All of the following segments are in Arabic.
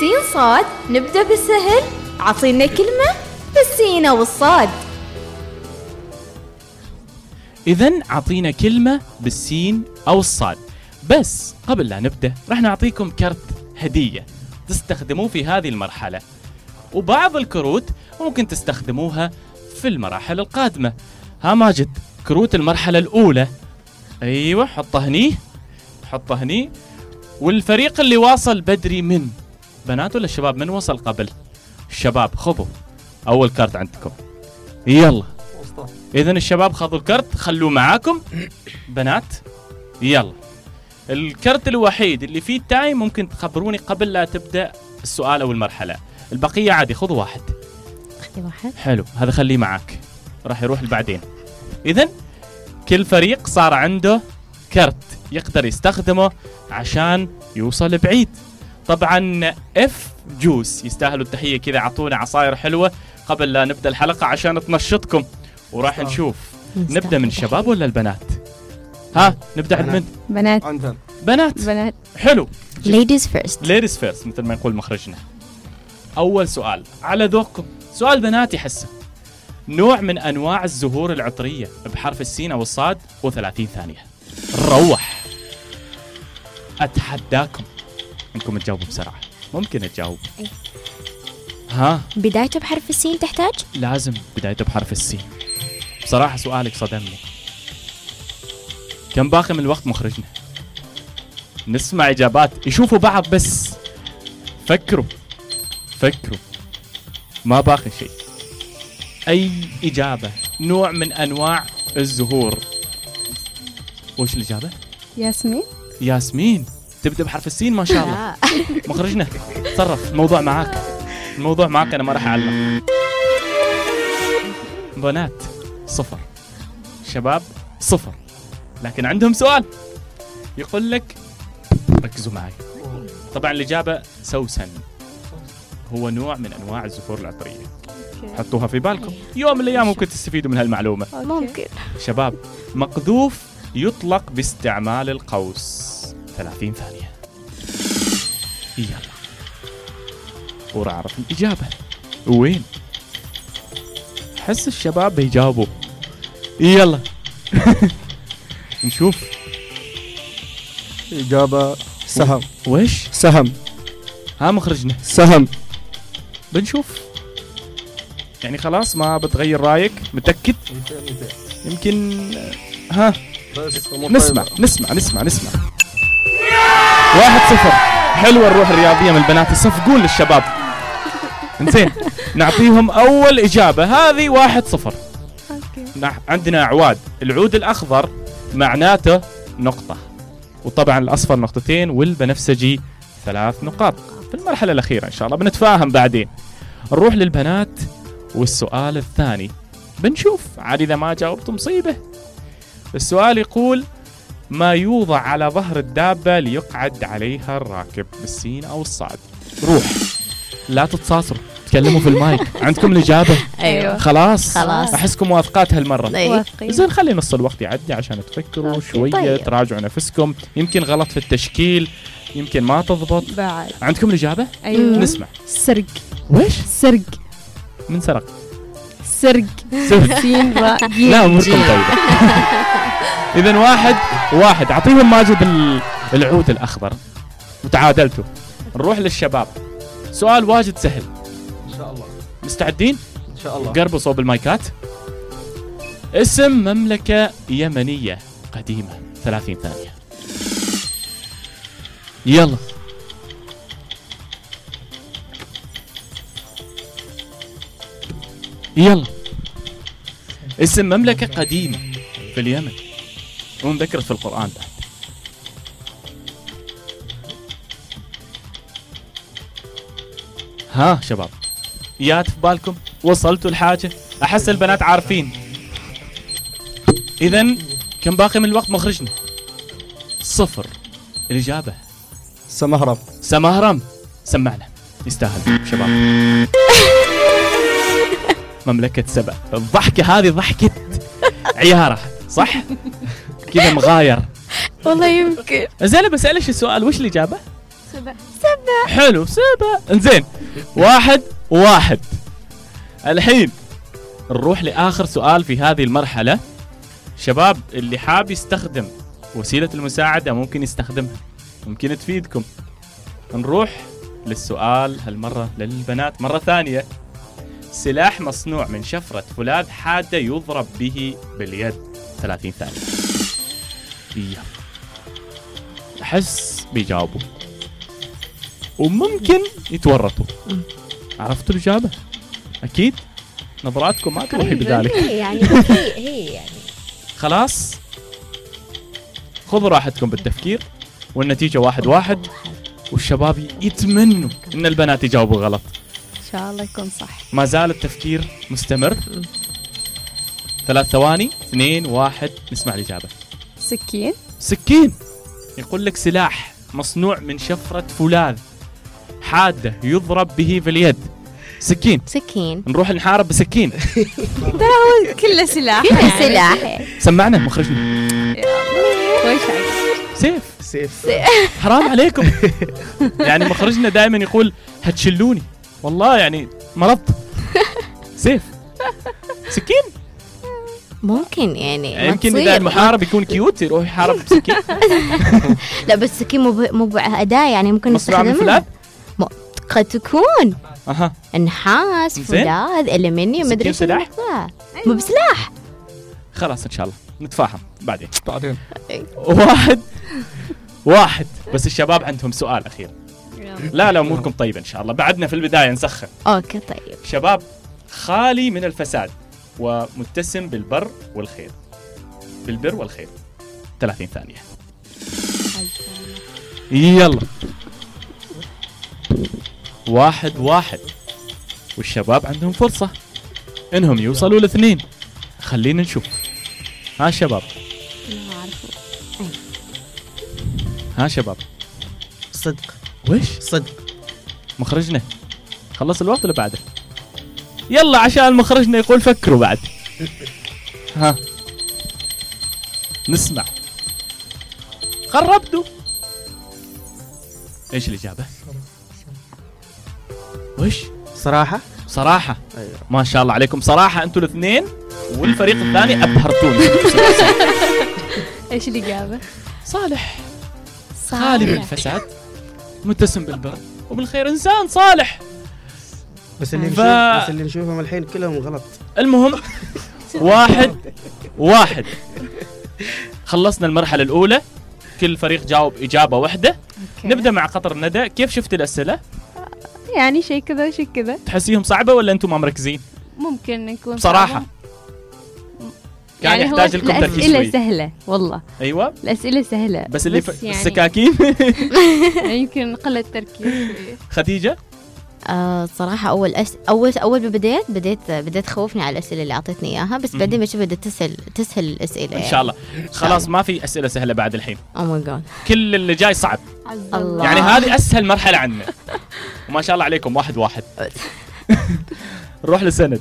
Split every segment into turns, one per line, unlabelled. سين صاد نبدأ بالسهل عطينا كلمة بالسينة والصاد
إذا أعطينا كلمة بالسين أو الصاد بس قبل لا نبدأ راح نعطيكم كرت هدية تستخدموه في هذه المرحلة وبعض الكروت ممكن تستخدموها في المراحل القادمة ها ماجد كروت المرحلة الأولى أيوة حطها هني حطها هني والفريق اللي واصل بدري من بنات ولا شباب من وصل قبل الشباب خذوا أول كارت عندكم يلا اذا الشباب خذوا الكرت خلوه معاكم بنات يلا الكرت الوحيد اللي فيه تايم ممكن تخبروني قبل لا تبدا السؤال او المرحله البقيه عادي خذ واحد
أخذي واحد
حلو هذا خليه معاك راح يروح لبعدين اذا كل فريق صار عنده كرت يقدر يستخدمه عشان يوصل بعيد طبعا اف جوس يستاهلوا التحيه كذا اعطونا عصاير حلوه قبل لا نبدا الحلقه عشان تنشطكم وراح
صح.
نشوف نبدا من الشباب ولا البنات ها نبدا عند من
بنات
عندنا
بنات
بنات
حلو
ladies first
ليديز فيرست مثل ما يقول مخرجنا اول سؤال على ذوقكم سؤال بناتي حسه نوع من انواع الزهور العطريه بحرف السين او الصاد و30 ثانيه روح اتحداكم انكم تجاوبوا بسرعه ممكن تجاوب
أي.
ها
بدايته بحرف السين تحتاج
لازم بدايته بحرف السين بصراحه سؤالك صدمني كم باقي من الوقت مخرجنا نسمع اجابات يشوفوا بعض بس فكروا فكروا ما باقي شيء اي اجابه نوع من انواع الزهور وش الاجابه
ياسمين
ياسمين تبدا بحرف السين ما شاء الله مخرجنا تصرف الموضوع معاك الموضوع معاك انا ما راح اعلق بنات صفر شباب صفر لكن عندهم سؤال يقول لك ركزوا معي طبعا الاجابه سوسن هو نوع من انواع الزهور العطريه حطوها في بالكم يوم من الايام ممكن تستفيدوا من هالمعلومه
ممكن
شباب مقذوف يطلق باستعمال القوس 30 ثانية يلا وراح أعرف الإجابة وين حس الشباب بيجاوبوا يلا نشوف
إجابة سهم
وش
سهم
ها مخرجنا
سهم
بنشوف يعني خلاص ما بتغير رايك متأكد يمكن ها نسمع نسمع نسمع نسمع واحد صفر حلوة الروح الرياضية من البنات يصفقون للشباب زين نعطيهم أول إجابة هذه واحد صفر نح- عندنا عواد العود الأخضر معناته نقطة وطبعا الأصفر نقطتين والبنفسجي ثلاث نقاط في المرحلة الأخيرة إن شاء الله بنتفاهم بعدين نروح للبنات والسؤال الثاني بنشوف عاد إذا ما جاوبت مصيبة السؤال يقول ما يوضع على ظهر الدابة ليقعد عليها الراكب بالسين أو الصعد روح لا تتصاصروا تكلموا في المايك عندكم الإجابة
ايوه
خلاص
خلاص.
أحسكم واثقات هالمرة
طيب.
زين خلي نص الوقت يعدي عشان تفكروا شوية
طيب.
تراجعوا نفسكم يمكن غلط في التشكيل يمكن ما تضبط
بعد
عندكم الإجابة؟
ايوه
نسمع
سرق
ويش؟
سرق
من سرق؟
سرق
سرق
سين راء جيم
لا اموركم طيبه اذا واحد واحد اعطيهم ماجد ال- العود الاخضر وتعادلتوا نروح للشباب سؤال واجد سهل
إن شاء الله
مستعدين
إن شاء الله
قربوا صوب المايكات اسم مملكه يمنيه قديمه 30 ثانيه يلا يلا اسم مملكة قديمة في اليمن ومذكرت في القرآن بعد ها شباب يات في بالكم وصلتوا الحاجة أحس البنات عارفين إذا كم باقي من الوقت مخرجنا صفر الإجابة
سمهرب
سماهرم سمعنا يستاهل شباب مملكة سبأ الضحكة هذه ضحكة عيارة صح؟ كذا مغاير
والله يمكن
زين بسألش السؤال وش الإجابة؟
سبع
حلو سبعة انزين واحد واحد الحين نروح لآخر سؤال في هذه المرحلة شباب اللي حاب يستخدم وسيلة المساعدة ممكن يستخدمها ممكن تفيدكم نروح للسؤال هالمرة للبنات مرة ثانية سلاح مصنوع من شفرة فولاذ حادة يضرب به باليد 30 ثانية يلا. أحس بيجاوبوا وممكن يتورطوا عرفتوا الإجابة؟ أكيد نظراتكم ما تروحي بذلك
هي يعني هي هي يعني
خلاص خذوا راحتكم بالتفكير والنتيجة واحد واحد والشباب يتمنوا ان البنات يجاوبوا غلط
ان شاء الله يكون صح
ما زال التفكير مستمر ثلاث ثواني اثنين واحد نسمع الإجابة
سكين
سكين يقول لك سلاح مصنوع من شفرة فولاذ حادة يضرب به في اليد سكين
سكين
نروح نحارب بسكين
كله سلاح
يعني
كلها سلاح
سمعنا مخرجنا
وش عكس
سيف
سيف
حرام عليكم يعني مخرجنا دائما يقول هتشلوني والله يعني مرضت سيف سكين
ممكن يعني ما
يمكن
تصير.
اذا المحارب يكون كيوت يروح يحارب بسكين
لا بس سكين مو ب- مو بأداة يعني ممكن
مصنوع من
نستخدمها
فولاذ
قد تكون
اها
نحاس
زين.
فولاذ المنيوم
سكين
مدري شو
سلاح؟
المقطع. مو بسلاح
خلاص ان شاء الله نتفاهم بعدين
بعدين
واحد واحد بس الشباب عندهم سؤال اخير لا لا اموركم طيبه ان شاء الله بعدنا في البدايه نسخن
أيوة.
اوكي طيب
شباب خالي من الفساد ومتسم بالبر والخير بالبر والخير 30 ثانية يلا واحد واحد والشباب عندهم فرصة انهم يوصلوا لاثنين خلينا نشوف ها شباب ها شباب
صدق
وش
صدق
مخرجنا خلص الوقت اللي بعده يلا عشان مخرجنا يقول فكروا بعد ها نسمع قربتوا ايش الاجابه وش
صراحه
صراحه
أيوة.
ما شاء الله عليكم صراحه انتوا الاثنين والفريق الثاني ابهرتوني
ايش الاجابه؟
صالح خالي من الفساد متسم بالبر وبالخير انسان صالح
بس اللي
ف-
نشوف بس اللي نشوفهم الحين كلهم غلط
المهم واحد واحد خلصنا المرحلة الأولى كل فريق جاوب إجابة واحدة
أوكي.
نبدأ مع قطر ندى كيف شفت الأسئلة؟
يعني شيء كذا وشيء كذا
تحسيهم صعبة ولا أنتم ما مركزين؟
ممكن يكون
بصراحة كان
يعني هو
يحتاج لكم تركيز
الأسئلة
شوي
سهلة والله
أيوة
الأسئلة سهلة
بس اللي
بس
ف...
يعني-
السكاكين
يعني يمكن قلة تركيز شوي.
خديجة
آه صراحة أول أس... أول أول ما بديت بديت بديت تخوفني على الأسئلة اللي أعطيتني إياها بس
مم.
بعدين بشوف بدأت تسهل تسهل الأسئلة
إيه.
Oh
إن شاء الله خلاص
نعم.
ما في أسئلة سهلة بعد الحين
أو ماي جاد
كل اللي جاي صعب
عز
الله.
يعني هذه أسهل مرحلة عنا وما شاء الله عليكم واحد واحد نروح لسند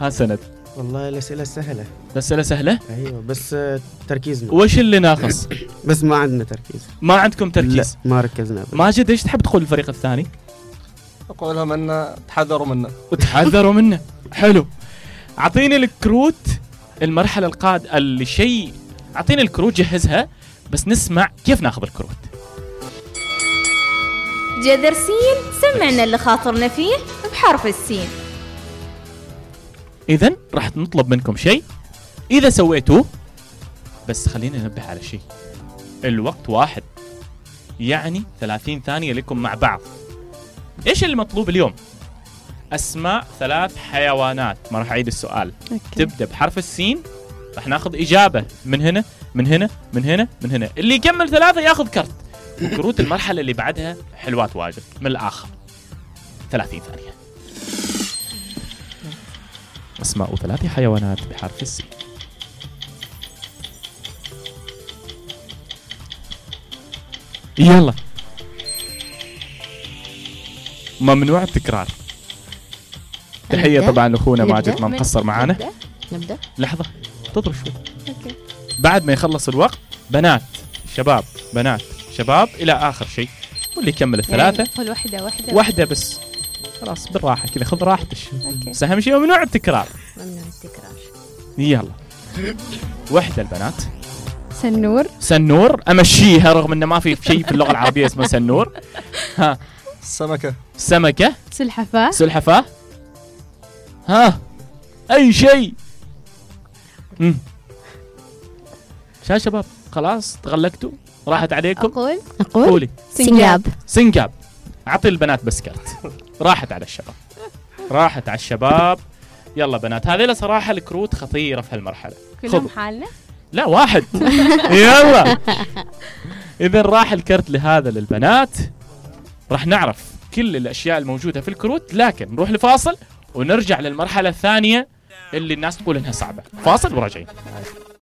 ها سند
والله الاسئله سهله
الأسئلة سهلة
ايوه بس آه، تركيزنا
وش اللي ناقص؟
بس ما عندنا تركيز
ما عندكم تركيز
لا ما ركزنا أبداً.
ماجد ايش تحب تقول الفريق الثاني؟
اقولهم انه تحذروا منه
وتحذروا منه حلو اعطيني الكروت المرحله القاد الشيء اعطيني الكروت جهزها بس نسمع كيف ناخذ الكروت
جذرسين سمعنا اللي خاطرنا فيه بحرف السين
اذا راح نطلب منكم شيء اذا سويتوه بس خلينا ننبه على شيء الوقت واحد يعني 30 ثانيه لكم مع بعض ايش اللي مطلوب اليوم اسماء ثلاث حيوانات ما راح اعيد السؤال
أوكي.
تبدا بحرف السين راح ناخذ اجابه من هنا من هنا من هنا من هنا اللي يكمل ثلاثه ياخذ كرت وكروت المرحله اللي بعدها حلوات واجد من الاخر 30 ثانيه اسماء ثلاث حيوانات بحرف السين يلا ممنوع التكرار تحية
نبدأ؟
طبعا اخونا
نبدأ؟
ماجد ما مقصر معانا
نبدأ؟ نبدأ
لحظة تطرش شوي
أوكي.
بعد ما يخلص الوقت بنات شباب بنات شباب إلى آخر شيء واللي يكمل الثلاثة
يعني قول واحدة واحدة
واحدة بس خلاص بالراحة كذا خذ راحتك بس أهم شيء ممنوع التكرار
ممنوع التكرار
يلا واحدة البنات
سنور
سنور أمشيها رغم أنه ما في شيء في اللغة العربية اسمه سنور
السمكه
سمكة
سلحفاة
سلحفاة ها أي شيء مم. شا شباب خلاص تغلقتوا راحت عليكم
أقول
نقول
قولي
سنجاب
سنجاب اعطي البنات بس كرت راحت على الشباب راحت على الشباب يلا بنات هذه صراحه الكروت خطيره في هالمرحله
كلهم
خذوا.
حالنا
لا واحد يلا اذا راح الكرت لهذا للبنات راح نعرف كل الاشياء الموجوده في الكروت لكن نروح لفاصل ونرجع للمرحله الثانيه اللي الناس تقول انها صعبه فاصل وراجعين